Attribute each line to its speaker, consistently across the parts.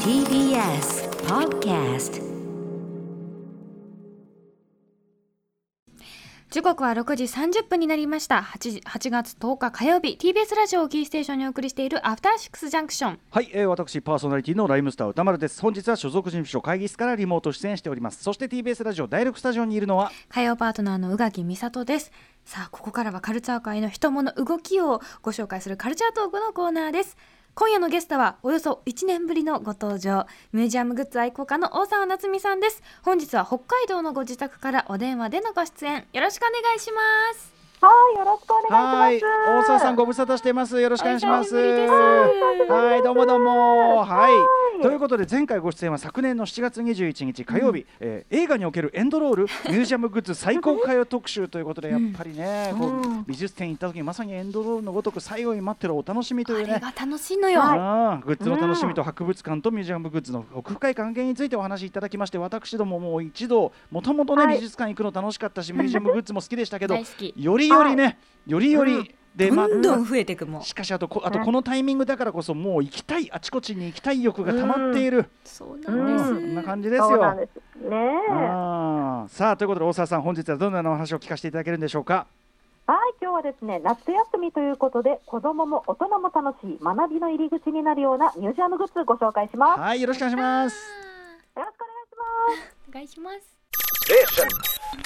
Speaker 1: TBS Podcast
Speaker 2: 時刻は6時30分になりました 8, 8月10日火曜日 TBS ラジオをキーステーションにお送りしているアフターシックスジャンクション
Speaker 3: はい、えー、私パーソナリティのライムスター歌丸です本日は所属事務所会議室からリモート出演しておりますそして TBS ラジオ第6スタジオにいるのは
Speaker 2: 火曜パートナーの宇垣美里ですさあここからはカルチャー界の人物動きをご紹介するカルチャートークのコーナーです今夜のゲストはおよそ1年ぶりのご登場ミュージアムグッズ愛好家の大沢夏美さんです本日は北海道のご自宅からお電話でのご出演よろしくお願いします
Speaker 4: はい、よろしくお
Speaker 3: は
Speaker 4: 願
Speaker 3: ー
Speaker 4: い
Speaker 3: い
Speaker 4: します。
Speaker 3: 大沢さん
Speaker 4: ご。
Speaker 3: ご無沙汰してますよろしくお願いします
Speaker 2: お久しぶりです
Speaker 3: はいどうもどうもはい
Speaker 4: い
Speaker 3: ということで前回ご出演は昨年の7月21日火曜日、えー映画におけるエンドロールミュージアムグッズ最高回を特集ということでやっぱりね、こう美術展行った時にまさにエンドロールのごとく最後に待ってるお楽しみと
Speaker 2: あ
Speaker 3: い
Speaker 2: れ
Speaker 3: うね
Speaker 2: が楽しいのよ、
Speaker 3: あーグッズの楽しみと博物館とミュージアムグッズの奥深い関係についてお話しいただきまして私どももう一度もともとね、
Speaker 4: はい
Speaker 3: 美術館行くの楽しかったしミュージアムグッズも好きでしたけど
Speaker 2: 大好き
Speaker 3: よりよりね、よりより、
Speaker 4: うん
Speaker 3: でまあ
Speaker 1: どんどん増えていくもん
Speaker 3: しかしあとこあとこのタイミングだからこそもう行きたいあちこちに行きたい欲が溜まっている、
Speaker 2: そうなんです、
Speaker 3: そ
Speaker 4: うん
Speaker 3: な感じです
Speaker 4: そうなん
Speaker 3: よ。
Speaker 4: です。ねえ。
Speaker 3: あーさあということで大沢さん本日はどんなお話を聞かせていただけるんでしょうか。
Speaker 4: はい、今日はですね、夏休みということで、子供も大人も楽しい学びの入り口になるようなミュージアムグッズご紹介します。
Speaker 3: はいよろしくお願いします。
Speaker 4: よろしくお願いします。
Speaker 2: お願いします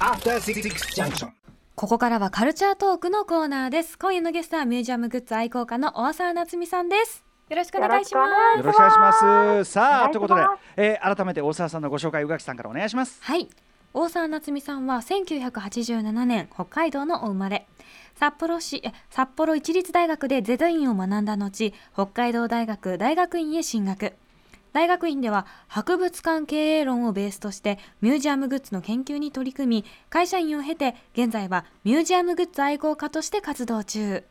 Speaker 5: After Six Junction.
Speaker 2: ここからはカルチャートークのコーナーです。今夜のゲストはミュージアムグッズ愛好家の大沢夏美さんです。よろしくお願いしま
Speaker 4: よろし
Speaker 2: す。
Speaker 3: よ
Speaker 4: くお願
Speaker 3: ろしくお願いします。さあ
Speaker 4: お願いします
Speaker 3: ということで、えー改めて大沢さんのご紹介宇垣さんからお願いします。
Speaker 2: はい。大沢夏美さんは1987年北海道のお生まれ。札幌市、え札幌一律大学でゼザインを学んだ後、北海道大学大学院へ進学。大学院では博物館経営論をベースとしてミュージアムグッズの研究に取り組み会社員を経て現在はミュージアムグッズ愛好家として活動中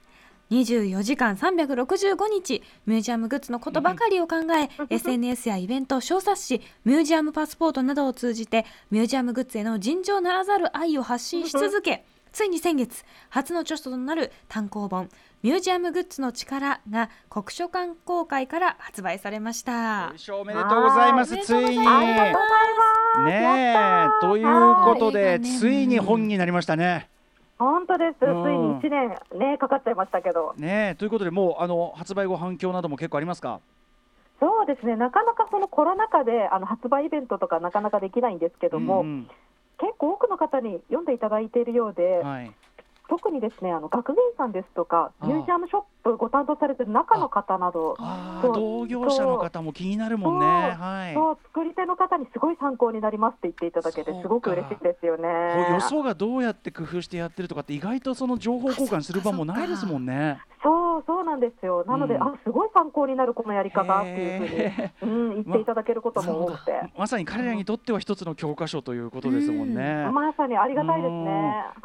Speaker 2: 24時間365日ミュージアムグッズのことばかりを考え SNS やイベント小冊子ミュージアムパスポートなどを通じてミュージアムグッズへの尋常ならざる愛を発信し続けついに先月初の著書となる単行本「ミュージアムグッズの力」が国書館公開から発売されました
Speaker 3: 優。勝おめでとうございます。
Speaker 2: はい
Speaker 3: ついに。
Speaker 4: ありがとう
Speaker 3: ね
Speaker 4: ございます。
Speaker 3: え、ということ
Speaker 2: はい
Speaker 3: で、
Speaker 2: いいね
Speaker 3: ついに本になりましたね。
Speaker 4: 本当です。つい
Speaker 3: うん
Speaker 4: に一年ねかかっちゃいましたけど、
Speaker 3: ねえ、ということで、もうあの発売後反響なども結構ありますか。
Speaker 4: そうですね。なかなかそのコロナ禍であの発売イベントとかなかなかできないんですけども、
Speaker 3: ん
Speaker 4: 結構多くの方に読んでいただいているようで
Speaker 3: ん、はい。
Speaker 4: 特にですねあの学芸員さんですとか
Speaker 3: あー
Speaker 4: ミュージアムショップご担当されてる中の方など
Speaker 3: ああ、
Speaker 4: そう
Speaker 3: 同業者の方も気になるもんね。
Speaker 4: そう
Speaker 3: はい。こ
Speaker 4: そう作り手の方にすごい参考になりますって言っていただけ
Speaker 3: そ
Speaker 4: て
Speaker 3: うか
Speaker 4: すごく嬉しいですよね。
Speaker 3: う予想がどうやって工夫してやってるとかって意外とその情報交換する場もないですもんね。
Speaker 4: そうそうなんですよなので、
Speaker 3: うん
Speaker 4: あすごい参考になるこのやり方っていう
Speaker 3: へえ
Speaker 4: ふうに、うん、言っていただけることも多くて、
Speaker 3: まさに彼らにとっては一つの教科書ということですもんね。
Speaker 4: まさにありがたいですね。
Speaker 3: うん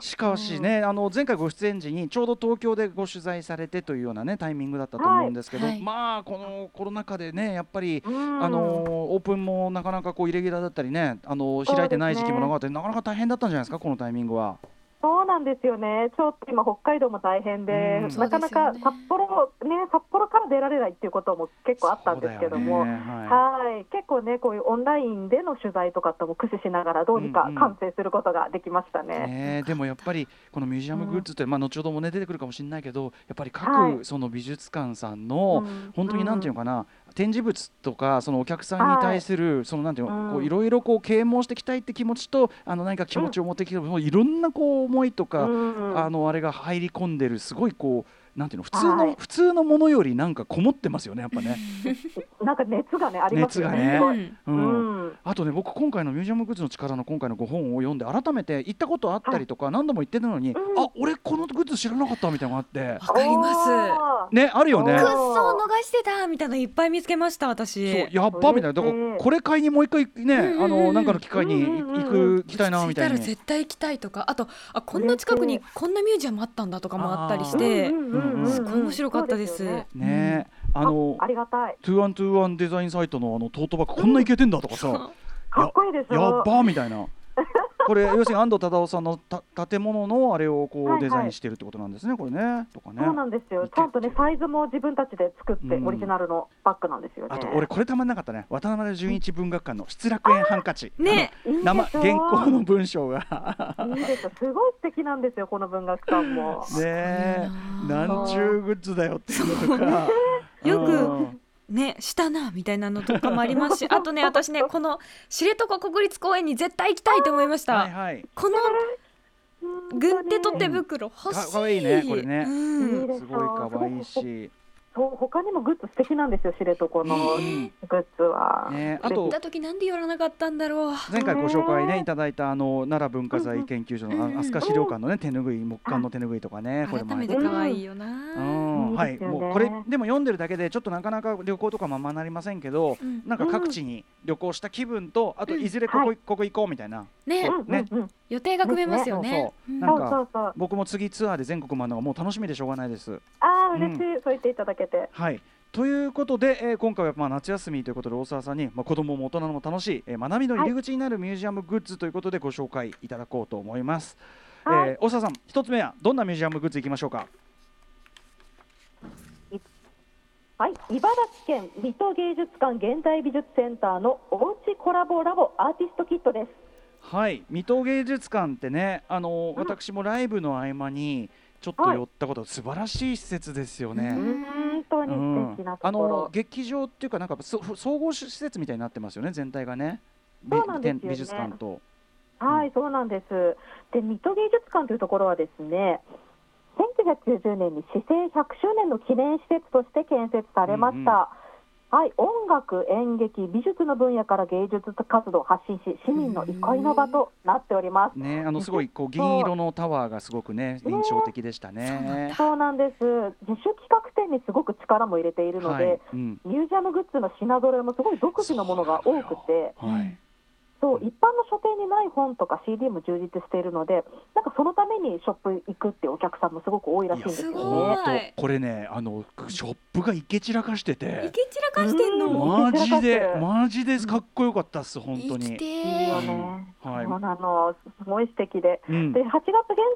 Speaker 3: しかしね、あの前回ご出演時にちょうど東京でご取材されてというようなねタイミングだったと思うんですけど、
Speaker 2: はいはい
Speaker 3: まあこのコロナ禍でねやっぱり、
Speaker 4: うん
Speaker 3: あのーオープンもなかなかこうイレギュラーだったりねあのー
Speaker 4: そうですね
Speaker 3: 開いてない時期も長かったり、なかなか大変だったんじゃないですかこのタイミングは。
Speaker 4: そうなんですよね。ちょっと今北海道も大変で、
Speaker 3: うん
Speaker 4: なかなか
Speaker 2: そうです
Speaker 4: 札
Speaker 2: よね
Speaker 4: 幌ね札幌から出られないっていうことも結構あったんですけど
Speaker 3: そ
Speaker 4: も、
Speaker 3: うだよねはい
Speaker 4: はい、結構ね、こういうオンラインでの取材とかとも駆使しながら、どうにか
Speaker 3: うんうん
Speaker 4: 完成することができましたね。
Speaker 3: ねえ、でもやっぱりこのミュージアムグッズって、まあ、後ほども、ね、出てくるかもしれないけどやっぱり
Speaker 4: は
Speaker 3: 各
Speaker 4: い
Speaker 3: その美術館さんの、
Speaker 4: うん
Speaker 3: 本当になんていうのかな、展示物とかそのお客さんに対する、そのなんていうの、
Speaker 4: うん
Speaker 3: こういろいろこう啓蒙していきたいって気持ちとあの何か気持ちを持ってきて、もういろんなこう思いとか、
Speaker 4: うん
Speaker 3: あのあれが入り込んでるすごいこうなんていうの普通の、
Speaker 4: はい
Speaker 3: 普通のものよりなんかこもってますよねやっぱね。
Speaker 4: なんか熱がね、ありますよね。
Speaker 3: 熱
Speaker 4: す
Speaker 3: が
Speaker 4: ご
Speaker 3: ね
Speaker 4: い
Speaker 3: うん
Speaker 4: うん
Speaker 3: あとね僕今回のミュージアムグッズの力の今回のご本を読んで改めて行ったことあったりとか何度も行ってたのに、
Speaker 4: うん
Speaker 3: あ俺このグッズ知らなかったみたいなのがあって
Speaker 1: わかります
Speaker 4: す。
Speaker 3: ねあるよね
Speaker 4: う
Speaker 2: くっ
Speaker 4: ん
Speaker 2: そ逃してたみたいなのいっぱい見つけました私
Speaker 3: そうやっぱみたいなだから
Speaker 4: うん
Speaker 3: これ買いにもう一回ね、
Speaker 2: うんうんうん
Speaker 3: あのなんかの機会に
Speaker 4: うんうんうん
Speaker 3: 行く行きたいなみたい
Speaker 6: 落
Speaker 3: に
Speaker 6: ち着たら絶対行きたいとかあとあこんな近くにこんなミュージアムあったんだとかもあったりし
Speaker 3: うん
Speaker 6: て
Speaker 4: うんうんうんうん
Speaker 3: す
Speaker 6: ごい面白かったです
Speaker 4: そうよね
Speaker 3: ねあの
Speaker 4: あありがたい。
Speaker 3: 2121デザインサイトのあのトートバッグこんないけてんだとかさ、
Speaker 4: かっこいいです。
Speaker 3: やっばーみたいなこれ要するに安藤忠雄さんのた建物のあれをこ
Speaker 4: はいは
Speaker 3: う
Speaker 4: い
Speaker 3: デザインしてるってことなんですね、これね。とかね。
Speaker 4: そうなんですよ。ちゃんとねサイズも自分たちで作って
Speaker 3: うん
Speaker 4: オリジナルのバッグなんですよね。
Speaker 3: あと俺これたまんなかったね渡辺純一文学館の失楽園ハンカチ
Speaker 2: ね
Speaker 3: あの生
Speaker 4: いいでしょう
Speaker 3: 原稿の文章が
Speaker 4: いいですよ。すごい素敵なんですよこの文学館も。
Speaker 3: ねえ
Speaker 6: いなあ
Speaker 3: なんちゅうグッズだよっていうのとか
Speaker 2: よく
Speaker 3: うん
Speaker 2: ねしたなみたいなのとかもあり ますしあとね私ねこの知床国立公園に絶対行きたいと思いました、
Speaker 3: はいはい
Speaker 2: この
Speaker 4: うん
Speaker 2: 軍手取っ手袋欲し
Speaker 3: か
Speaker 2: い
Speaker 3: かわいいねこれね
Speaker 2: うん
Speaker 4: です
Speaker 3: ごい可愛いし
Speaker 4: そう他にもグッズ素敵なんですよ知床の
Speaker 3: うん
Speaker 4: グッズは。
Speaker 3: ねあ
Speaker 2: 行っ
Speaker 3: と
Speaker 2: た時なんで寄らなかったんだろう
Speaker 3: 前回ご紹介ねいただいたあの奈良文化
Speaker 4: うんう
Speaker 3: 財
Speaker 4: ん
Speaker 3: 研究所
Speaker 2: うんうん
Speaker 3: のあ飛鳥資料館のね手ぬぐい木簡の手ぬぐいとかねこれ
Speaker 2: 改
Speaker 3: も
Speaker 2: めて
Speaker 4: これ
Speaker 2: 可愛いよな、
Speaker 3: うんはい
Speaker 4: いいですよね
Speaker 3: もうこれでも読んでるだけでちょっとなかなか旅行とかままなりませんけど
Speaker 2: うん
Speaker 3: なんか各地に旅行した気分とあといずれここ,、
Speaker 4: は
Speaker 3: ここ行こうみたいな
Speaker 2: ね
Speaker 4: うんうんうん。
Speaker 2: 予定が組めますよね
Speaker 3: そうそうな
Speaker 4: そ
Speaker 3: ん
Speaker 4: う
Speaker 3: か
Speaker 4: そうそう。
Speaker 3: 僕も次ツアーで全国回るのがもう楽しみでしょうがないです。
Speaker 4: ああ嬉しい、そう言っていただけて。
Speaker 3: はいということで、えー今回はまあ夏休みということで大沢さんに、まあ、子供も大人も楽しい、えー学びの入り口になるミュージアムグッズということでご紹介いただこうと思います、
Speaker 4: はい
Speaker 3: えー大沢さん一つ目はどんなミュージアムグッズいきましょうか
Speaker 4: はい、茨城県水戸芸術館現代美術センターのおうちコラボラボアーティストキットです。
Speaker 3: はい水戸芸術館ってねあのー私もライブの合間にちょっと寄ったこと、素晴らしい施設ですよね、
Speaker 4: 本当に素敵な
Speaker 3: あ
Speaker 4: とこ
Speaker 3: の
Speaker 4: ろ。
Speaker 3: 劇場っていうかなんかそ総合施設みたいになってますよね全体がねび
Speaker 4: そうなんですよね
Speaker 3: 美術館と
Speaker 4: はい、そうなんです。で、水戸芸術館というところはですね、1990年に市政100周年の記念施設として建設されました。
Speaker 3: うんう
Speaker 4: はい、音楽、演劇、美術の分野から芸術活動を発信し、市民の憩いの場となっております。
Speaker 3: ねあのすごいこう銀色のタワーがすごくね印象的でしたね。
Speaker 4: そうなんです。自主企画展にすごく力も入れているので、
Speaker 3: はい、うん、
Speaker 4: ミュージアムグッズの品揃えもすごい独自のものが多くて、
Speaker 3: はい、
Speaker 4: そう一般の書店にない本とか CD も充実しているので、なんかそのためにショップ行くっていうお客さんもすごく多いらしいんですよ
Speaker 2: いやす
Speaker 4: ね
Speaker 2: ごい。
Speaker 3: 本当これねあのショップがいけ散らかして
Speaker 2: い
Speaker 3: て、
Speaker 2: け散らかしてん
Speaker 4: うん
Speaker 2: の
Speaker 3: マジ
Speaker 4: いけ散ら
Speaker 3: で
Speaker 4: かってる
Speaker 3: マジでかっこよかったっす本
Speaker 2: 生
Speaker 3: 当
Speaker 2: き
Speaker 3: に。
Speaker 4: いい
Speaker 2: て
Speaker 4: よ
Speaker 2: ー
Speaker 4: ね。
Speaker 3: うんはい
Speaker 4: そうなの、すごい素敵で。
Speaker 3: うん
Speaker 4: で8月現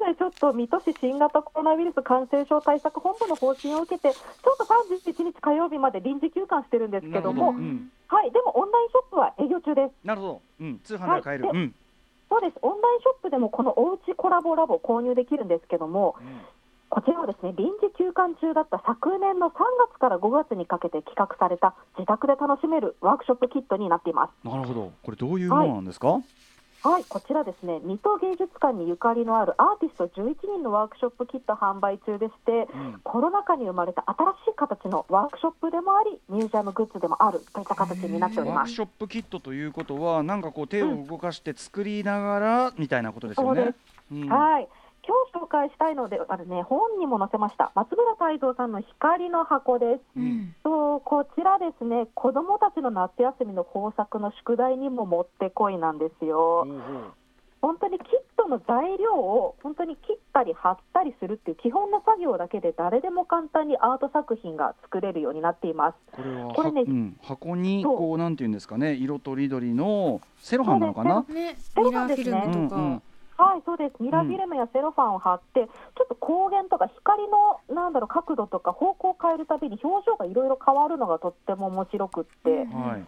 Speaker 4: 在、ちょっと水戸市新型コロナウイルス感染症対策本部の方針を受けて、ちょっと31日火曜日まで臨時休館してるんですけど
Speaker 3: なる
Speaker 4: も、
Speaker 3: ほどうん
Speaker 4: はい、でもオンラインショップは営業中です。
Speaker 3: なるほど、うん、通販では買える、
Speaker 4: はい
Speaker 3: うん、
Speaker 4: そうです、オンラインショップでもこのおうちコラボラボ購入できるんですけども、こちらはですね臨時休館中だった昨年の3月から5月にかけて企画された自宅で楽しめるワークショップキットになっています。
Speaker 3: なるほど、これどういうものなんですか？
Speaker 4: はい、こちらですね水戸芸術館にゆかりのあるアーティスト11人のワークショップキット販売中でして、
Speaker 3: うん
Speaker 4: コロナ禍に生まれた新しい形のワークショップでもありミュージアムグッズでもあるといった形になっており
Speaker 3: ワー
Speaker 4: ま
Speaker 3: ク
Speaker 4: す。
Speaker 3: ショップキットということはなんかこう手を動かして作りながらみたいなことですよ
Speaker 4: そう
Speaker 3: ね
Speaker 4: で。
Speaker 3: うん
Speaker 4: はい今日紹介したいのであるね本にも載せました松村太蔵さんの光の箱です。
Speaker 3: うん
Speaker 4: そうこちらですね子どもたちの夏休みの工作の宿題にももってこいなんです
Speaker 3: ほ
Speaker 4: よ
Speaker 3: うほう
Speaker 4: 本当にキットの材料を本当に切ったり貼ったりするっていう基本の作業だけで誰でも簡単にアート作品が作れるようになっています
Speaker 3: これは
Speaker 4: これね
Speaker 3: はうん、箱に
Speaker 4: そう
Speaker 3: こうなんていうんですかね色とりどりのセロハンなのかな
Speaker 2: ね
Speaker 4: そう
Speaker 2: ミ
Speaker 4: な
Speaker 2: ラ
Speaker 4: ん
Speaker 2: ー
Speaker 4: です
Speaker 2: フ
Speaker 4: ね
Speaker 2: ィルムとか、
Speaker 3: うんうん
Speaker 4: はいそうですミラーフィルムやセロファンを貼って、ちょっと光源とか光のなんだろう角度とか方向を変えるたびに表情がいろいろ変わるのがとっても面白くって、
Speaker 3: はい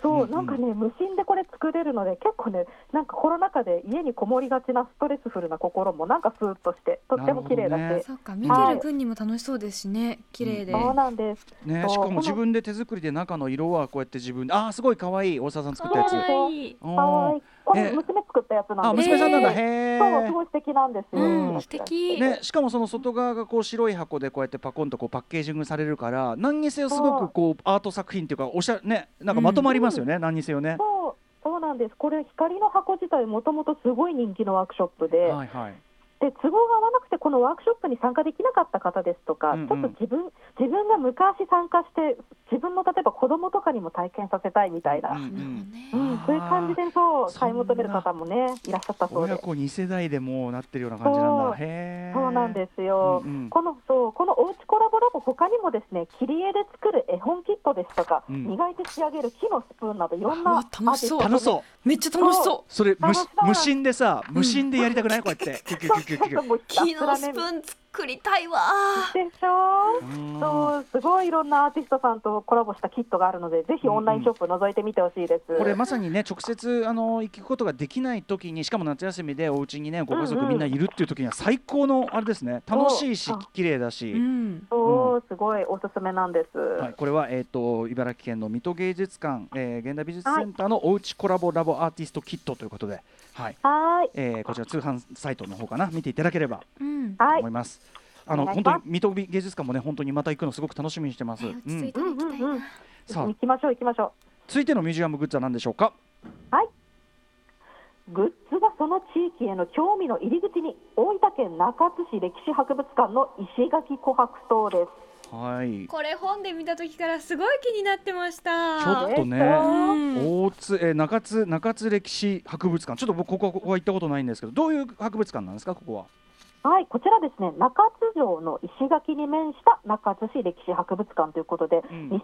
Speaker 4: そう、
Speaker 3: うん
Speaker 4: なんかね、無心でこれ作れるので、結構ね、なんかコロナ禍で家にこもりがちなストレスフルな心も、なんかスーッとして、とっても綺麗だ
Speaker 3: なるほどね
Speaker 4: し、
Speaker 2: そうか見てる分にも楽しそうですしね綺麗で、
Speaker 3: うん
Speaker 4: そうなんです。
Speaker 3: ね
Speaker 4: そう
Speaker 3: しかも
Speaker 4: この
Speaker 3: 自分で手作りで中の色はこうやって自分であーすごい可愛い大沢さん作ったやつ
Speaker 4: 可愛い
Speaker 2: い
Speaker 3: あ
Speaker 4: は
Speaker 3: ー
Speaker 4: い、これ
Speaker 3: え
Speaker 4: 娘作ったやつな
Speaker 3: あ
Speaker 4: んです
Speaker 3: 娘さんなんだ
Speaker 2: えー
Speaker 3: へ
Speaker 4: そう、すご
Speaker 3: ー
Speaker 4: い素敵なんですよ。
Speaker 2: うん、素
Speaker 4: そう
Speaker 2: 敵、
Speaker 3: ね、しかもその外側がこう白い箱でこうやってパコンとこうパッケージングされるから何にせよすごくこうアート作品っていうかおしゃねなんかまとまりますよね、何にせよね。
Speaker 4: そう、そうなんです。これ、光の箱自体、もともとすごい人気のワークショップで、
Speaker 3: はいはい、
Speaker 4: で都合が合わなくてこのワークショップに参加できなかった方ですとか、
Speaker 3: うんうん
Speaker 4: ちょっと自分自分が昔参加して自分の例えば子供供とかにも体験させたいみたいな、
Speaker 3: うんうん
Speaker 4: うんそういう感じでそ
Speaker 3: そ
Speaker 4: う
Speaker 3: んな
Speaker 4: 買い求める方もねいらっしゃったそう
Speaker 3: 親
Speaker 4: で
Speaker 3: 子2世代でもうなってるような感じなんだ
Speaker 4: そう
Speaker 3: へ
Speaker 4: そうなんですすよ、
Speaker 3: うんうん
Speaker 4: このそうこのおうちコラボラボ他にもですね切り絵で作る絵本キットですとか、
Speaker 3: うん
Speaker 4: 磨いて仕上げる木のスプーンなどいろん
Speaker 6: う
Speaker 4: な
Speaker 6: わ楽 しそう
Speaker 4: アーティ
Speaker 3: 楽
Speaker 4: ス
Speaker 3: しそう
Speaker 6: めっちゃ楽しそ
Speaker 3: それ無
Speaker 4: 楽しそう
Speaker 3: 無心でさ無心でやりたくないこうや ってキュキュキュキュキュ
Speaker 4: ト
Speaker 3: キ
Speaker 4: ちょっ
Speaker 3: ュ
Speaker 4: ともう
Speaker 6: う
Speaker 4: ひた
Speaker 6: 木
Speaker 4: す
Speaker 6: の
Speaker 4: ら
Speaker 6: ス
Speaker 4: ね
Speaker 6: プーン作りたいわ
Speaker 4: でしょ
Speaker 3: うーん
Speaker 4: そうすごいいろんなアーティストさんとコラボしたキットがあるのでぜひオンラインショップ覗いてみてほしいです。
Speaker 3: これまさにね直接あの行くことができない時にしかも夏休みでお家にねご家
Speaker 4: うんう
Speaker 3: 族
Speaker 4: ん
Speaker 3: みんないるっていう時には最高のあれですね楽しいし
Speaker 4: そう
Speaker 3: 綺麗だし、
Speaker 6: うん
Speaker 4: そうすごいおすすめなんです。
Speaker 3: はい、これは、えー、と茨城県の水戸芸術館、えー現代美術センターのおうちコラボラボアーティストキットということで、はい
Speaker 4: はーい
Speaker 3: えーこちら通販サイトの方かな見ていただければ
Speaker 2: うん
Speaker 3: と
Speaker 4: はい
Speaker 3: 思います。あの
Speaker 4: お願
Speaker 3: 本
Speaker 4: いし
Speaker 3: 当
Speaker 4: ます
Speaker 3: に水戸美芸術館もね本当にまた行くのすごく楽しみにしてます。
Speaker 2: はい落
Speaker 3: う
Speaker 2: ち着いてい
Speaker 3: ん、
Speaker 2: きたいな、
Speaker 4: うんうんうん
Speaker 3: さ
Speaker 4: 行
Speaker 3: あ
Speaker 4: きましょう行きましょ
Speaker 3: 続いてのミュージアムグッズは何でしょうか。
Speaker 4: う。グッズがその地域への興味の入り口に大分県中津市歴史博物館の石垣琥珀塔です。
Speaker 3: はい。
Speaker 2: これ本で見た時からすごい気になってました
Speaker 3: ちょっとね
Speaker 4: えっと
Speaker 2: うん
Speaker 3: 大津、えー中津中津歴史博物館ちょっと僕ここはここは行ったことないんですけどどういう博物館なんですかここは。
Speaker 4: はい、こちらですね、中津城の石垣に面した中津市歴史博物館ということで、
Speaker 3: うん
Speaker 4: 2019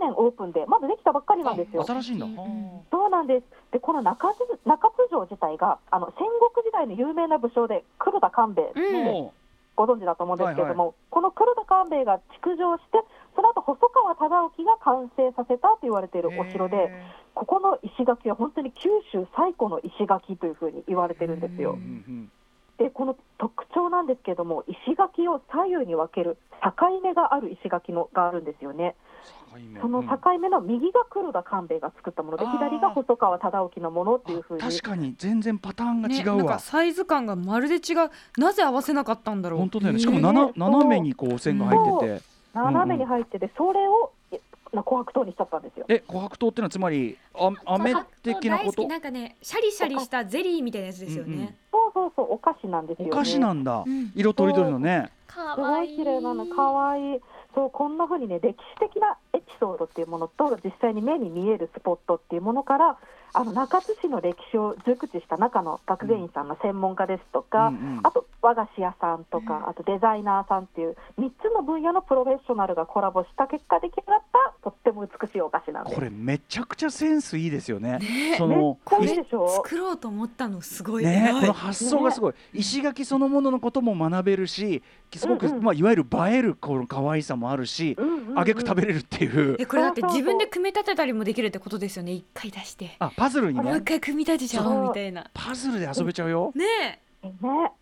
Speaker 4: 年オープンで、まだできたばっかりなんですよ。
Speaker 3: 新しいんだ。
Speaker 2: うん
Speaker 3: は
Speaker 4: そうなんです。で、この中津中津城自体が、あの戦国時代の有名な武将で、黒田官兵衛、
Speaker 3: あ
Speaker 2: うん
Speaker 3: も
Speaker 4: ご存知だと思うんですけれども、この黒田官兵衛が築城して、その後細川忠興が完成させたと言われていうるお城で、
Speaker 3: へ
Speaker 4: ここの石垣は本当に九州最古の石垣というふうに言われてるんです
Speaker 3: ーう
Speaker 4: よ。
Speaker 3: んうん
Speaker 4: でこの特徴なんですけれども石垣を左右に分ける境目がある石垣のがあるんですよね
Speaker 3: 境目
Speaker 4: その
Speaker 3: うん
Speaker 4: 境目の右が黒田官兵衛が作ったもので、
Speaker 3: あー
Speaker 4: 左が細川忠興のものっていうふうに
Speaker 3: あ確かに全然パターンが
Speaker 6: ね
Speaker 3: 違
Speaker 6: な
Speaker 3: うん
Speaker 6: か
Speaker 3: わ、
Speaker 6: サイズ感がまるで違うなぜ合わせなかったんだろう
Speaker 3: 本当だよねしかも
Speaker 4: ね
Speaker 3: 斜
Speaker 4: そう
Speaker 3: 斜めにこう線が入ってて
Speaker 4: 斜めに入ってて、それをえな琥珀糖にしちゃったんですよ
Speaker 3: え琥珀糖ってのはつまりあ飴的なこ
Speaker 2: 大好
Speaker 3: と
Speaker 2: きなんかねシャリシャリしたゼリーみたいなやつですよね、
Speaker 4: そうそうそうお菓子なんですよ、
Speaker 3: お
Speaker 4: ね、
Speaker 3: 菓子なんだ、
Speaker 2: うん
Speaker 3: 色とりどりのね
Speaker 2: か
Speaker 4: す
Speaker 2: わ
Speaker 4: ご
Speaker 2: い
Speaker 4: い
Speaker 2: い
Speaker 4: 綺麗なのかわいいそうこんな風にね歴史的なエピソードっていうものと実際に目に見えるスポットっていうものからあの中津市の歴史を熟知した中の学芸員さんの専門家ですとか、
Speaker 3: うんうん
Speaker 4: あと和菓子屋さんとか、あとデザイナーさんっていう3つの分野のプロフェッショナルがコラボした結果出来上がったとっても美しいお菓子なんです
Speaker 3: これめちゃくちゃセンスいいですよねそ
Speaker 4: めっ
Speaker 3: の
Speaker 4: ちゃいいでしょ
Speaker 6: 作ろうと思ったのすごい偉
Speaker 3: ね
Speaker 6: い
Speaker 3: この発想がすごい石垣そのもののことも学べるしすごく、
Speaker 4: うんうん
Speaker 3: まあ、いわゆる映えるこの可愛さもあるし、
Speaker 4: うんうんうん
Speaker 3: あげく食べれるっていう
Speaker 6: えこれだって自分で組み立てたりもできるってことですよね一回出して
Speaker 3: あパズルに
Speaker 6: もう一
Speaker 3: ね
Speaker 6: 回組み立てちゃおうみたいな
Speaker 3: パズルで遊べちゃうよ、
Speaker 6: ね
Speaker 4: ね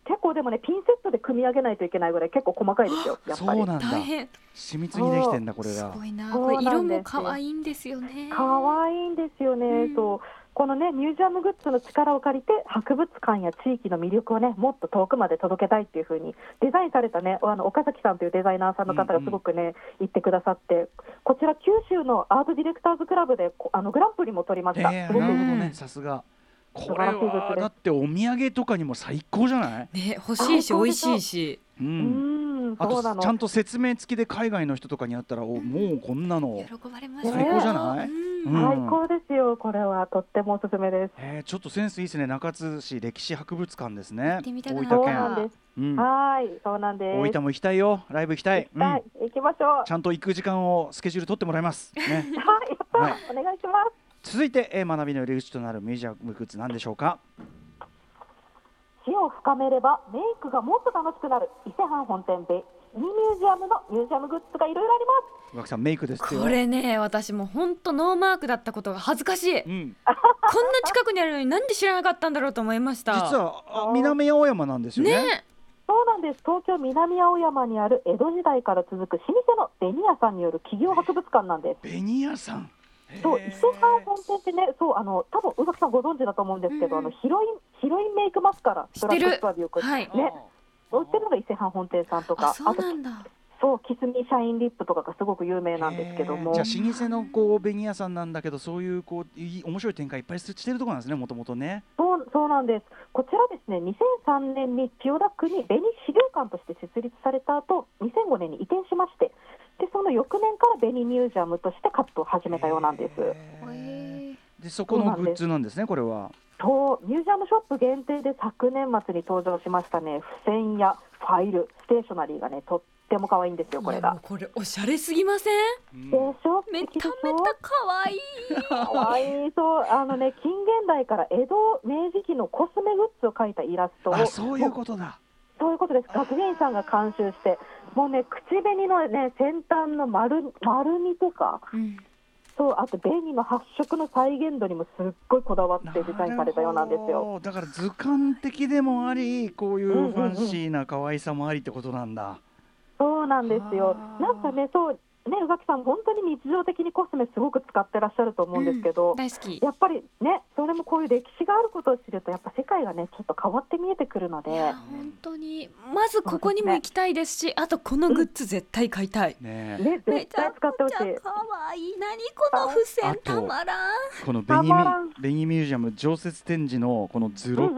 Speaker 4: 結構でもねピンセットで組み上げないといけないぐらい結構細かいですよやっ
Speaker 3: そ
Speaker 4: ぱり
Speaker 3: うなん
Speaker 6: え
Speaker 3: だ
Speaker 6: 大変
Speaker 3: 緻密にできてんだこれが
Speaker 2: すごいな
Speaker 4: そう
Speaker 2: これ色も
Speaker 4: なんですよ
Speaker 2: 可愛いんですよね
Speaker 4: 可愛いんですよね、
Speaker 2: うん
Speaker 4: そうこのねミュージアムグッズの力を借りて博物館や地域の魅力をねもっと遠くまで届けたいっていう風にデザインされたねあの岡崎さんというデザイナーさんの方
Speaker 3: うんう
Speaker 4: が
Speaker 3: ん
Speaker 4: すごくね、言ってくださってこちら九州のアートディレクターズクラブでこあのグランプリも取りました、
Speaker 3: えー、
Speaker 4: すご
Speaker 3: な
Speaker 4: く
Speaker 3: るほど
Speaker 6: う
Speaker 3: ね
Speaker 6: ん
Speaker 3: さすがこ
Speaker 4: 素
Speaker 3: れ
Speaker 4: 晴らしいですね
Speaker 3: はだってお土産とかにも最高じゃない、
Speaker 6: ね欲しいし
Speaker 4: あ
Speaker 6: 美
Speaker 4: 本当
Speaker 6: 味しいし
Speaker 3: う、
Speaker 4: うんん
Speaker 3: あ
Speaker 4: そ
Speaker 3: と
Speaker 4: うなの
Speaker 3: ちゃんと説明付きで海外の人とかにあったらおもうこんなの
Speaker 2: 喜ばれま
Speaker 4: ね
Speaker 2: す
Speaker 3: 最高じゃない、
Speaker 2: うん
Speaker 3: うん
Speaker 4: 最高ですよこれはとってもおすすめです、
Speaker 3: えー、ちょっとセンスいいですね中津市歴史博物館ですね
Speaker 2: てみたくなる
Speaker 3: 大
Speaker 4: そう
Speaker 3: 分
Speaker 4: な
Speaker 3: 県、
Speaker 4: んです、
Speaker 3: うん、
Speaker 4: はーいそうなんです
Speaker 3: 大分も行きたいよライブ行きたい
Speaker 4: 行きたい
Speaker 3: うん、
Speaker 4: 行きましょう
Speaker 3: ちゃんと行く時間をスケジュール取ってもらい ます、ね、
Speaker 4: はいやった、
Speaker 3: はい
Speaker 4: お願いします
Speaker 3: 続いて、えー、学びの入り口となるミュージアムグッズなんでしょうか
Speaker 4: 知を深めればメイクがもっと楽しくなる伊勢半本店ベニミュージアムのミュージアムグッズがいろいろありま
Speaker 3: 宇垣さんメイクですってよ
Speaker 6: これね私もうほんとノーマークだったことが恥ずかしいこん
Speaker 3: う
Speaker 6: なん近くにあるのになんで知らなかったんだろうと思いました
Speaker 3: 実はあ南青山なんですよね
Speaker 6: ね
Speaker 4: すそうなんです東京南青山にある江戸時代から続く老舗の紅屋さんによる企業博物館なんです
Speaker 3: ベニヤさん
Speaker 4: そう伊勢半本店ってねそうあの多分宇垣さんご存知だと思うんですけど、
Speaker 2: うんうん
Speaker 4: あのヒロインヒロインメイクマスカラ
Speaker 6: 知ってる
Speaker 4: ブラックスワビューク
Speaker 6: はい
Speaker 4: ね売ってるのが伊勢半本店さんとか
Speaker 2: あそう
Speaker 4: と
Speaker 2: なんだ
Speaker 4: そうキスミシャインリップとかがすごく有名なんですけども
Speaker 3: へーじゃあ老舗のこうベニヤさんなんだけどそういうこういい面白い展開いっぱいしてるところなんですねもともとね
Speaker 4: そうそうなんですこちらですね2003年に千代田区に紅資料館として設立された後2005年に移転しましてでその翌年からベニミュージアムとして活動を始めたようなんです。
Speaker 3: へーでそこのグッズなんですねこれは。
Speaker 4: とミュージアムショップ限定で昨年末に登場しましたね付箋やファイルステーショナリーがねとっても可愛いんですよこれ
Speaker 6: いやも
Speaker 4: が
Speaker 6: う。これおしゃれすぎません
Speaker 3: うん
Speaker 4: でしょ
Speaker 6: めっためた
Speaker 4: 素敵でしょ
Speaker 6: 可愛い
Speaker 4: 可愛いそうあのね近現代から江戸明治期のコスメグッズを描いたイラストを
Speaker 3: あそういうことだ。
Speaker 4: そういうことです学芸員さんが監修してもうね口紅のね先端の丸丸みとか
Speaker 2: うん
Speaker 4: そうあと紅の発色の再現度にもすっごいこだわってデザインされたようなんです
Speaker 3: る
Speaker 4: よ。
Speaker 3: ほどだから図鑑的でもありこういう
Speaker 4: うんうんうん
Speaker 3: ファンシーな可愛さもありってことなんだ。
Speaker 4: そうなんですよ
Speaker 3: あー
Speaker 4: なんかねそうね宇垣さん本当に日常的にコスメすごく使ってらっしゃると思うんですけど、
Speaker 2: 大好き
Speaker 4: やっぱりねそれもこういう歴史があることを知るとやっぱ世界がねちょっと変わって見えてくるので。
Speaker 6: いや本当にまずここにも行きたいですしあとこのグッズ絶対買いたい
Speaker 3: ねえ
Speaker 4: ね、絶対使ってほしい。
Speaker 6: 可愛い何この付箋
Speaker 3: あと
Speaker 6: たまらん
Speaker 3: このベニミ
Speaker 4: たまらん
Speaker 3: ベニミュージアム常設展示のこの図録、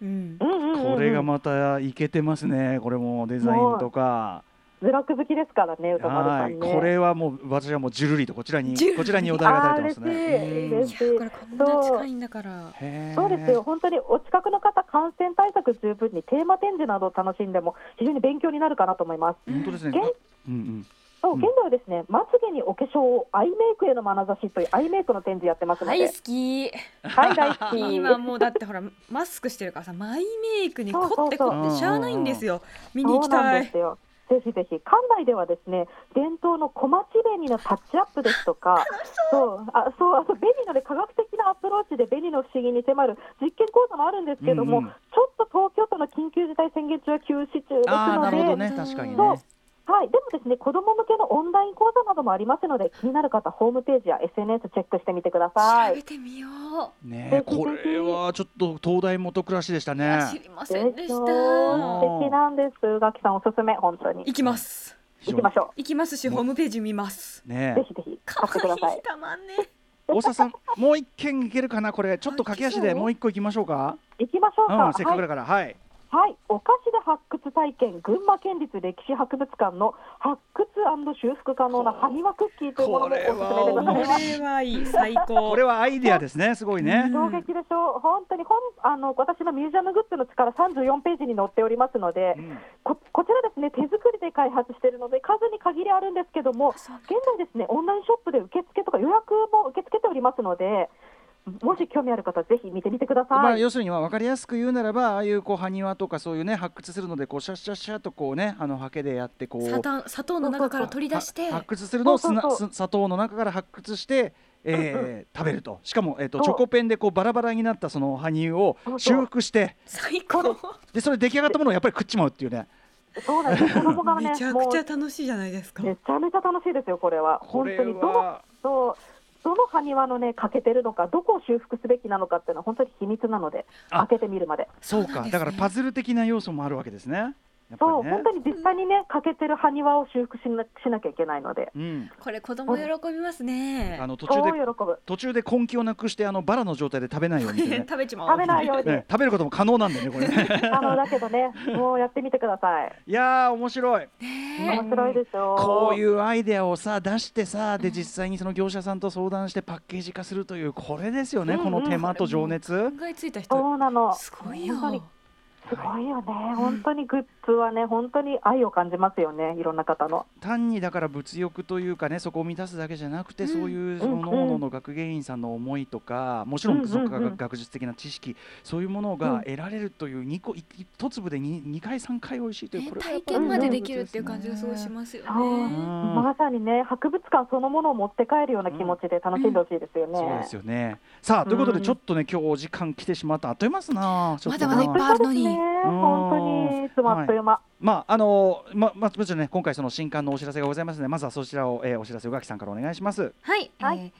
Speaker 4: う
Speaker 2: う
Speaker 4: ん
Speaker 2: ん
Speaker 4: うんうんうんうん
Speaker 3: これがまたいけてますねこれもデザインとか。
Speaker 4: ブラック好きですからね、歌丸さ
Speaker 3: は
Speaker 4: ん
Speaker 3: い、
Speaker 4: ね。
Speaker 3: これはもう私はもうジュルリとこちらに
Speaker 6: ジュルリ
Speaker 3: こちらにお題が出てます
Speaker 4: あー嬉しい
Speaker 3: ね
Speaker 4: 嬉しい。
Speaker 6: いやこれこんな近いんだから
Speaker 3: へー
Speaker 4: そうですよ、本当にお近くの方、感染対策十分にテーマ展示などを楽しんでも、非常に勉強になるかなと思います。
Speaker 3: 本当ですね。
Speaker 4: 現
Speaker 3: うんうん。
Speaker 4: そう
Speaker 3: うん
Speaker 4: 現在はですね、まつげにお化粧をアイメイクへの眼差しというアイメイクの展示やってますの
Speaker 6: 大
Speaker 4: で
Speaker 6: 好、き
Speaker 4: はい、大好き。
Speaker 6: 今もうだってほらマスクしてるからさマイメイクに凝
Speaker 4: そう
Speaker 6: っ
Speaker 4: そう
Speaker 6: て
Speaker 4: そう
Speaker 6: 凝ってしゃあないんですよ見に
Speaker 4: そ
Speaker 6: 行
Speaker 4: う
Speaker 6: き
Speaker 4: な
Speaker 6: た
Speaker 4: んで
Speaker 6: い
Speaker 4: すよ。ぜひぜひ、館内ではですね、伝統の小町紅のタッチアップですとか、そう、あ、そう、あと紅ので科学的なアプローチで紅の不思議に迫る実験講座もあるんですけども、
Speaker 3: うんうん
Speaker 4: ちょっと東京都の緊急事態宣言中は休止中です
Speaker 3: ああなるほ
Speaker 4: の
Speaker 3: ど
Speaker 4: で、
Speaker 3: ね確かに
Speaker 4: そう
Speaker 3: ね。
Speaker 4: はい、でもですね、子ども向けのオンライン講座などもありますので、気になる方、ホームページや SNS チェックしてみてくださ
Speaker 6: 調
Speaker 4: い
Speaker 6: べ。てみよう
Speaker 3: ね
Speaker 4: ぜ
Speaker 3: え
Speaker 4: ひぜひ
Speaker 3: これはちょっと東大元暮らしでしたね。
Speaker 6: 知りませんでし
Speaker 4: しょ
Speaker 6: た
Speaker 4: 素敵なんです。宇垣さんおすすめ、本当に。
Speaker 6: 行きます
Speaker 3: 非
Speaker 4: 行
Speaker 3: 常
Speaker 4: き
Speaker 3: に
Speaker 4: ましょ
Speaker 6: 行きますしホームページ見ます
Speaker 4: う。
Speaker 3: ね
Speaker 4: ぜ
Speaker 3: え
Speaker 4: ひぜひ、買
Speaker 6: 可
Speaker 4: ってくださ
Speaker 6: 愛
Speaker 4: い
Speaker 6: い。 たまんね
Speaker 3: 大沢さんもう一件いけるかなこれちょっと駆け足でもう一個いきましょうか。
Speaker 4: 行きましょう
Speaker 3: う
Speaker 4: か。
Speaker 3: んせっかくだからはい。
Speaker 4: はい、お菓子で発掘体験、群馬県立歴史博物館の発掘修復可能な埴輪クッキーというものもおすすめでござい
Speaker 3: これは面白
Speaker 4: ます。
Speaker 3: い
Speaker 6: はいい最高
Speaker 3: これはアイディアですねすごいね。
Speaker 4: 衝撃でしょう、本当に本あの私のミュージアムグッズの力、34ページに載っておりますので、
Speaker 3: うん
Speaker 4: ここちらですね、手作りで開発しているので、数に限りあるんですけども、現在ですね、オンラインショップで受付とか予約も受け付けておりますので、もし興味ある方、ぜひ見てみてください。
Speaker 3: まあ、要するには分かりやすく言うならばああいうこう埴輪とかそういうね発掘するのでこうシャッシャッシャッとこうねあのハケでやってこう
Speaker 6: 砂糖砂糖の中から取り出して
Speaker 3: は発掘するのを砂
Speaker 4: そうそうそ
Speaker 3: 砂糖の中から発掘して、えー、食べるとしかも、えー、と
Speaker 4: そう
Speaker 3: チョコペンでこうバラバラになったその埴輪を
Speaker 4: そうそう
Speaker 3: 修復して
Speaker 6: 最高
Speaker 3: でそれ出来上がったものをやっぱり食っちまうっていうね
Speaker 4: そうなんです子供がね
Speaker 6: めちゃ
Speaker 4: も
Speaker 6: く
Speaker 4: う
Speaker 6: ちゃ楽しいじゃないですか
Speaker 4: めちゃめちゃ楽しいですよ、これは。
Speaker 3: こ
Speaker 4: 本
Speaker 3: れ
Speaker 4: 当にどの
Speaker 3: は
Speaker 4: そうどの埴輪のね欠けてるのかどこを修復すべきなのかっていうのは本当に秘密なので
Speaker 3: あ
Speaker 4: 開けてみるまで
Speaker 3: そう
Speaker 6: そうな
Speaker 3: か
Speaker 6: んですね
Speaker 3: だからパズル的な要素もあるわけですねやっぱ
Speaker 4: そう、
Speaker 3: りね
Speaker 4: 本当に実際にね欠けてる埴輪を修復しなしなきゃいけないので
Speaker 3: うん、
Speaker 6: これ子供喜びますね
Speaker 3: あの途
Speaker 4: 超
Speaker 3: 中
Speaker 4: 喜
Speaker 3: で
Speaker 4: ぶ
Speaker 3: 途中で根気をなくしてあのバラの状態で食べないよう にね
Speaker 6: 食べちまおう
Speaker 4: 食べないように、
Speaker 3: ね食べることも可能なんだよねこれね
Speaker 4: あのだけ どねもうやってみてください
Speaker 3: いやー面白い
Speaker 6: ねえ
Speaker 4: 面白いですよ
Speaker 3: こういうアイデアをさ出してさで実際にその業者さんと相談してパッケージ化するというこれですよね、
Speaker 4: うんうん
Speaker 3: この手間と情熱、
Speaker 6: 考えついた人
Speaker 4: そうなの
Speaker 6: すごいよ
Speaker 4: 本当にすごいよね、本当にグッズはね本当に愛を感じますよねいろんな方の
Speaker 3: 単にだから物欲というかねそこを満たすだけじゃなくて、
Speaker 6: うん
Speaker 3: そういうその各々の学芸員さんの思いとかもちろ
Speaker 4: うんん
Speaker 3: そこか
Speaker 4: うんうん
Speaker 3: 学術的な知識そういうもの
Speaker 4: う
Speaker 3: が
Speaker 4: ん
Speaker 3: 得られるという二個い一粒で 2, 二回3回美味しいという
Speaker 6: ね
Speaker 3: これはやっ
Speaker 6: 体
Speaker 3: ぱ
Speaker 6: 験まで
Speaker 3: うん
Speaker 6: できるっていう感じがすごいしますよね
Speaker 3: うん
Speaker 4: まさにね博物館そのものを持って帰るような気持ちで楽しんでほしいですよね、
Speaker 3: そうですよねさあということで
Speaker 4: うん
Speaker 3: ちょっとね今日お時間来てしまったあっという間ですなちょっとな
Speaker 6: まだまだいっぱいあるのに
Speaker 4: 本当ですね本当にいつもあっという間、
Speaker 3: まああのままもちろんね今回その新刊のお知らせがございますのでまずはそちらを、えーお知らせ宇垣さんからお願いします。
Speaker 2: はい、
Speaker 4: はい
Speaker 2: えー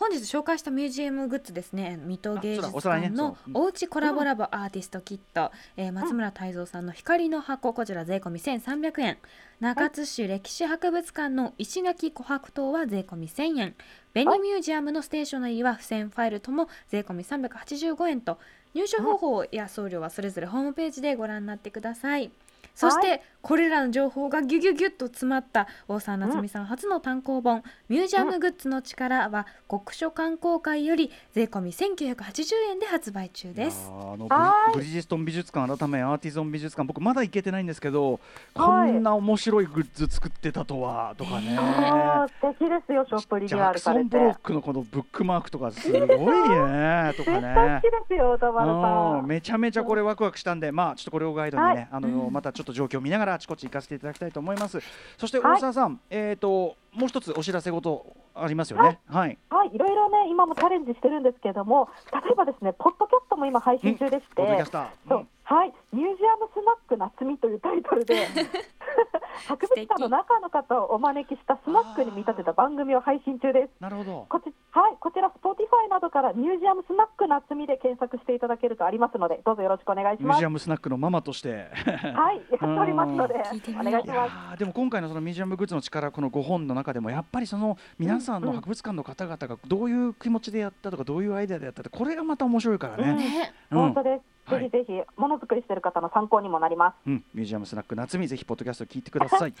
Speaker 2: 本日紹介したミュージアムグッズですね水戸芸術
Speaker 3: あそうだお皿ね
Speaker 2: 館の
Speaker 3: そううん
Speaker 2: おうちコラボラボアーティストキット、えー松村泰蔵さんの光の箱こちら税込み1300円中津市歴史博物館の石垣琥珀糖は税込み1000円紅ミュージアムのステーショナリーは付箋ファイルとも税込み385円と入所方法や送料はそれぞれホームページでご覧になってください。そしてこれらの情報がギュギュギュッと詰まった大沢夏美さん初の単行本「ミュージアムグッズの力」は国書観光会より税込み1980円で発売中です
Speaker 3: い。やーあの
Speaker 4: はーい
Speaker 3: ブリブリヂストン美術館改めアーティゾン美術館僕まだ行けてないんですけどこ
Speaker 4: はい
Speaker 3: んな面白いグッズ作ってたとはとかね。
Speaker 4: あー素敵ですよ、ショップリニ
Speaker 3: ジ
Speaker 4: ューア
Speaker 3: ャ
Speaker 4: ル
Speaker 3: ク
Speaker 4: さ
Speaker 3: ソ
Speaker 4: れ
Speaker 3: ン・
Speaker 4: て
Speaker 3: ブ。ロックのこのブックマークとかすごいねとか
Speaker 4: 絶対
Speaker 3: ね
Speaker 4: 好き。ですよ、歌丸
Speaker 3: うん
Speaker 4: さん。
Speaker 3: めちゃめちゃこれワクワクしたんで、まあちょっとこれをガイドにね、
Speaker 4: はい
Speaker 3: あのまたちょっと状況を見ながらあちこち行かせていただきたいと思います。そして
Speaker 4: はい
Speaker 3: 大沢さん、えっ、ともう一つお知らせ事ありますよね。はい。
Speaker 4: はい、いろいろね、今もチャレンジしてるんですけども、例えばですね、ポッドキャストも今配信中でし
Speaker 3: ポッドキャ
Speaker 4: て
Speaker 3: ス、ター。
Speaker 4: そううんはい、ミュージアムスナック夏みというタイト ルで、博物館の中の方をお招きしたスナックに見立てた番組を配信中です。
Speaker 3: なるほど。
Speaker 4: こちはい、こちら、Spotify などからミュージアムスナック夏みで検索していただけるとありますので、どうぞよろしくお願いし
Speaker 3: ミュー
Speaker 4: ます
Speaker 3: ジア。ムスナックのママとして。
Speaker 4: はい、やっておりますので
Speaker 6: 聞いてみ、よ
Speaker 4: お
Speaker 6: う
Speaker 4: 願い
Speaker 3: い
Speaker 4: しま
Speaker 3: や
Speaker 4: す。
Speaker 3: ーでも今回のそのミュージアムグッズの力この5本の中でもやっぱりその皆さんの
Speaker 4: うんうん
Speaker 3: 博物館の方々がどういう気持ちでやったとかどういうアイデアでやったってこれがまた面白いからね。
Speaker 6: ね
Speaker 3: うん
Speaker 4: 本当です。
Speaker 3: はい
Speaker 4: ぜひぜひ、ものづくりしてる方の参考にもなります。
Speaker 3: うん、ミュージアムスナック夏美ぜひポッドキャスト聞いてください。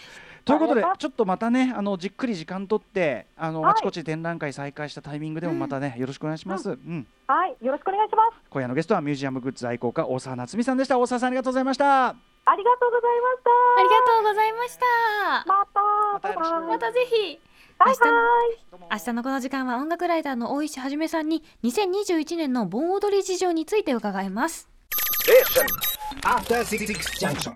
Speaker 3: ということで
Speaker 4: ありがとう
Speaker 3: ちょっとまたねあのじっくり時間取ってあの、
Speaker 4: はい
Speaker 3: あちこち展覧会再開したタイミングでもまたね、よろしくお願いします、うん
Speaker 4: はい、よろしくお願いします。
Speaker 3: 今夜のゲストはミュージアムグッズ愛好家大沢夏美さんでした大沢さんありがとうございました
Speaker 4: ありがとうございました。
Speaker 2: ありがとうございました。
Speaker 3: また
Speaker 4: また。
Speaker 3: よろしく
Speaker 2: またぜひ
Speaker 4: バイバイ。
Speaker 2: 明日のこの時間は音楽ライターの大石はじめさんに2021年の盆踊り事情について伺います。
Speaker 5: Station. After Six Junction.